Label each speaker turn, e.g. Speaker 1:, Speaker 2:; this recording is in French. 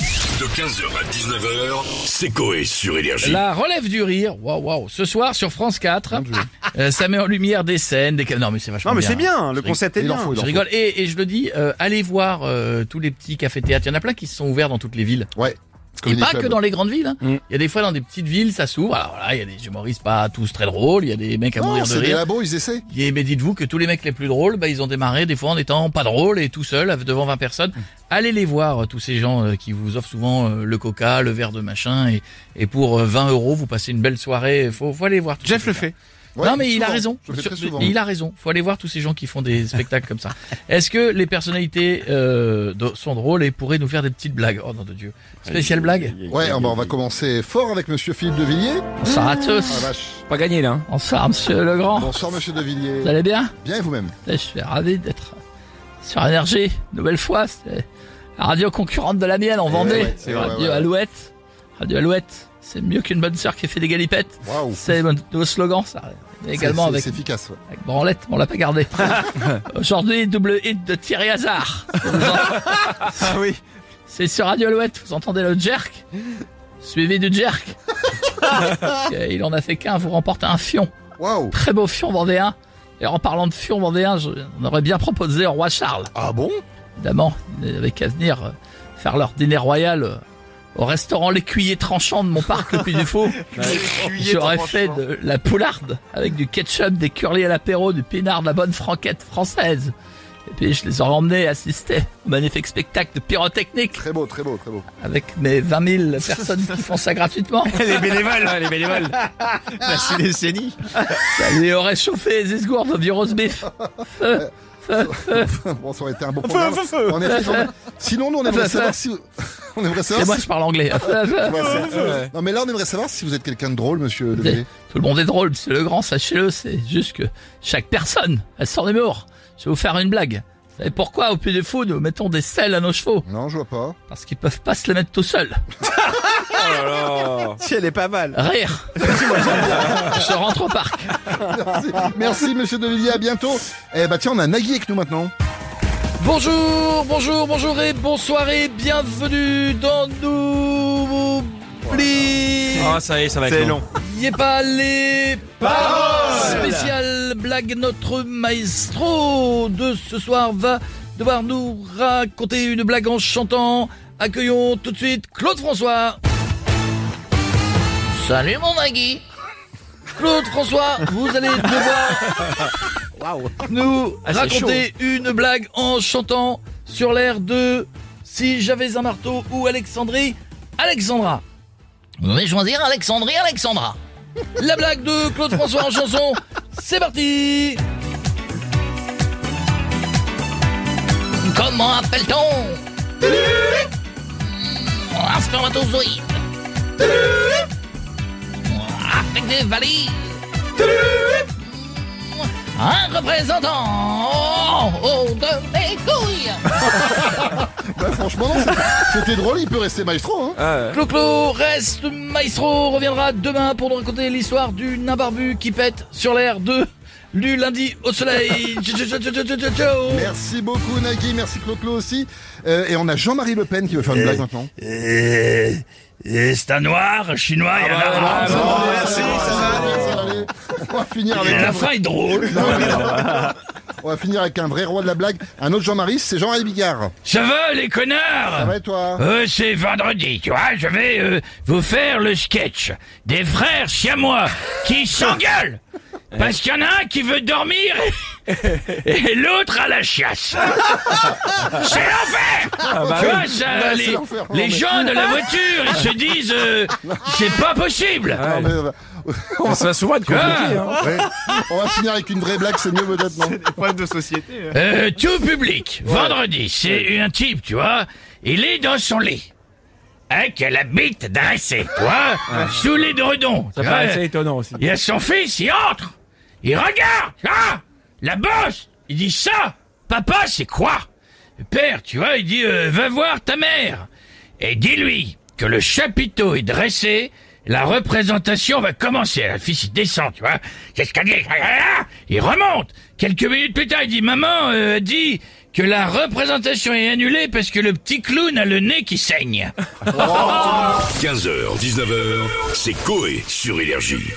Speaker 1: De 15h à 19h, c'est Coé sur Énergie.
Speaker 2: La relève du rire, waouh waouh. Ce soir sur France 4, euh, ça met en lumière des scènes, des ca- non mais c'est vachement
Speaker 3: Non, mais c'est
Speaker 2: hein.
Speaker 3: bien, le
Speaker 2: Je
Speaker 3: concept est
Speaker 4: Il en
Speaker 3: bien.
Speaker 4: faut, il en
Speaker 2: Je rigole et, et je le dis, euh, allez voir euh, tous les petits cafés-théâtres. Il y en a plein qui se sont ouverts dans toutes les villes.
Speaker 4: faut. Ouais.
Speaker 2: Et pas que
Speaker 4: Club.
Speaker 2: dans les grandes villes. hein. Il
Speaker 3: Mm.
Speaker 2: y a des fois dans des petites villes, ça s'ouvre. Alors là, il y a des humoristes pas tous très drôles. Il y a des mecs à
Speaker 4: Non,
Speaker 2: mourir de
Speaker 4: c'est des
Speaker 2: rire.
Speaker 4: labos, ils essaient.
Speaker 2: Et mais dites-vous que tous les mecs les plus drôles, bah, ils ont démarré des fois en étant pas drôles et tout seuls devant 20 personnes.
Speaker 4: Mmh.
Speaker 2: Allez les voir, euh, tous ces gens euh, qui vous offrent souvent euh, le coca, le verre de machin, et, et pour euh, 20 euros, vous passez une belle soirée. Faut, faut aller voir. tous
Speaker 3: Jeff
Speaker 2: ces
Speaker 3: le
Speaker 2: gens.
Speaker 3: fait.
Speaker 4: Ouais,
Speaker 2: non mais il a
Speaker 4: souvent.
Speaker 2: raison.
Speaker 4: Je le fais
Speaker 2: Sur-
Speaker 4: très souvent.
Speaker 2: il a raison. Faut aller voir tous ces gens qui font des spectacles comme ça. Est-ce que les personnalités euh, do- sont drôles et pourraient nous faire des petites blagues Oh non de Dieu. Spéciale blague.
Speaker 4: Ouais, ah bah, on va commencer fort avec monsieur Philippe de Villiers.
Speaker 2: Bonsoir à
Speaker 4: Ah,
Speaker 2: tous.
Speaker 4: vache.
Speaker 5: Pas gagné là. hein.
Speaker 2: Bonsoir Monsieur Legrand.
Speaker 4: Bonsoir monsieur de Villiers.
Speaker 2: Vous allez bien
Speaker 4: Bien et vous-même
Speaker 2: Je suis ravi d'être sur Énergie, nouvelle fois. C'est la radio concurrente de la mienne en Vendée.
Speaker 4: Eh ouais, c'est vrai,
Speaker 2: radio
Speaker 4: ouais, ouais.
Speaker 2: Alouette. Radio Alouette, c'est mieux qu'une bonne sœur qui fait des galipettes.
Speaker 4: Waouh.
Speaker 2: C'est mon nouveau slogan, ça. Mais également
Speaker 4: C'est-
Speaker 2: avec,
Speaker 4: C'est efficace. ouais.
Speaker 2: avec Branlette, on l'a pas gardé. Aujourd'hui, double hit de Thierry Hazard. Vous en-
Speaker 3: Ah oui.
Speaker 2: C'est sur Radio Alouette, vous entendez le jerk Suivi du jerk. Et Il en a fait qu'un, vous remportez un fion
Speaker 4: Waouh.
Speaker 2: très beau fion vendéen. Et en parlant de fion vendéen, je- on aurait bien proposé au roi Charles.
Speaker 4: Ah bon
Speaker 2: Évidemment, ils n'avaient qu'à venir euh, faire leur dîner royal euh, au restaurant L'écuyer tranchant de mon parc, le Puy du Faux. J'aurais fait de la poularde avec du ketchup, des curlis à l'apéro, du pinard, de la bonne franquette française. Et puis je les aurais emmenés assister au magnifique spectacle de pyrotechnique
Speaker 4: Très beau, très beau, très beau.
Speaker 2: avec mes 20 000 personnes qui font ça gratuitement.
Speaker 3: Les bénévoles.
Speaker 5: Ah, les bénévoles.
Speaker 3: C'est des décennies.
Speaker 2: Ça lui aurait chauffé les esgourdes du roast beef.
Speaker 4: bon, ça aurait été un beau programme.
Speaker 3: feu, feu.
Speaker 4: En effet, j'en- Sinon, nous, on
Speaker 2: Feu,
Speaker 4: aimerait
Speaker 2: feu.
Speaker 4: savoir si. vous- On aimerait
Speaker 2: Et
Speaker 4: savoir.
Speaker 2: moi
Speaker 4: si-
Speaker 2: je parle anglais.
Speaker 4: Ouais, c'est- Non, mais là, on aimerait savoir si vous êtes quelqu'un de drôle, monsieur de Villiers.
Speaker 2: Tout le monde est drôle, c'est le grand, sachez-le, c'est juste que chaque personne a son humour. Je vais vous faire une blague. Vous savez pourquoi au Puy de Fou nous mettons des selles à nos chevaux
Speaker 4: Non, je vois pas.
Speaker 2: Parce qu'ils peuvent pas se les mettre tout seuls.
Speaker 5: Oh là là.
Speaker 3: Si elle est pas mal.
Speaker 2: Rire Je rentre au parc.
Speaker 4: Merci, Merci, monsieur de Villiers. À bientôt. Eh bah, tiens, on a Nagui avec nous maintenant.
Speaker 2: Bonjour, bonjour, bonjour et bonsoir et bienvenue dans nous.
Speaker 5: Ah, ça y est, ça va être
Speaker 3: C'est long.
Speaker 2: N'y est pas les paroles Spécial blague, notre maestro de ce soir va devoir nous raconter une blague en chantant. Accueillons tout de suite Claude François Salut mon Nagui Claude François, vous allez devoir nous
Speaker 3: Ah, c'est chaud.
Speaker 2: raconter une blague en chantant sur l'air de Si j'avais un marteau ou Alexandrie, Alexandra vous allez choisir Alexandrie Alexandra. La blague de Claude François en chanson, c'est parti Comment appelle-t-on Mmh, Un spermatozoïde Mmh, Avec des valises Mmh, Un représentant oh, de mes couilles
Speaker 4: Bah, franchement, non, c'était- c'était drôle. Il peut rester maestro, hein.
Speaker 5: Ah, ouais.
Speaker 2: Clo-Clo reste maestro, reviendra demain pour nous raconter l'histoire du nain barbu qui pète sur l'air de du lundi au soleil. Ciao, ciao, ciao, ciao, ciao, ciao, ciao.
Speaker 4: Merci beaucoup Nagui, merci Clo-Clo aussi. Euh, et on a Jean-Marie Le Pen qui veut faire une blague maintenant.
Speaker 2: Euh, C'est un noir, chinois, il y en a un
Speaker 5: Ah,
Speaker 2: arabe.
Speaker 5: bon,
Speaker 3: bon,
Speaker 5: merci.
Speaker 3: bon,
Speaker 4: Ça va aller, ça va aller. On va finir avec un
Speaker 2: La
Speaker 4: vrai...
Speaker 2: fin est drôle.
Speaker 4: On va finir avec un vrai roi de la blague. Un autre Jean-Marie, c'est Jean-Marie Bigard.
Speaker 2: Ça va, les
Speaker 4: Ça
Speaker 2: connards
Speaker 4: va et toi
Speaker 2: Euh, c'est vendredi, tu vois, je vais euh, vous faire le sketch des frères siamois qui s'engueulent parce qu'il y en a un qui veut dormir et, et l'autre à la chasse. C'est l'enfer Tu vois, ça,
Speaker 4: Ouais, c'est
Speaker 2: les,
Speaker 4: l'enfer,
Speaker 2: les
Speaker 4: non, mais-
Speaker 2: gens de la voiture, ils se disent euh, c'est pas possible
Speaker 4: Non, mais, euh,
Speaker 5: Ça va souvent être compliqué. hein.
Speaker 4: ouais. On va finir avec une vraie blague, c'est mieux peut-être, non
Speaker 3: Problème de société.
Speaker 2: Euh, tout public, vendredi, c'est un type, tu vois, il est dans son lit. Avec la bite dressée, tu vois, sous les redons.
Speaker 5: Ça paraît assez étonnant aussi.
Speaker 2: Il y a son fils, il entre Il regarde Ah La bosse Il dit ça Papa, c'est quoi Le Père, tu vois, il dit euh, Va voir ta mère Et dis-lui que le chapiteau est dressé, la représentation va commencer. Le fils, il descend, tu vois. L'escalier, ah, ah, ah il remonte. Quelques minutes plus tard, il dit Maman, euh, dit que la représentation est annulée parce que le petit clown a le nez qui saigne.
Speaker 1: 15h, 19h, c'est Coé sur Énergie.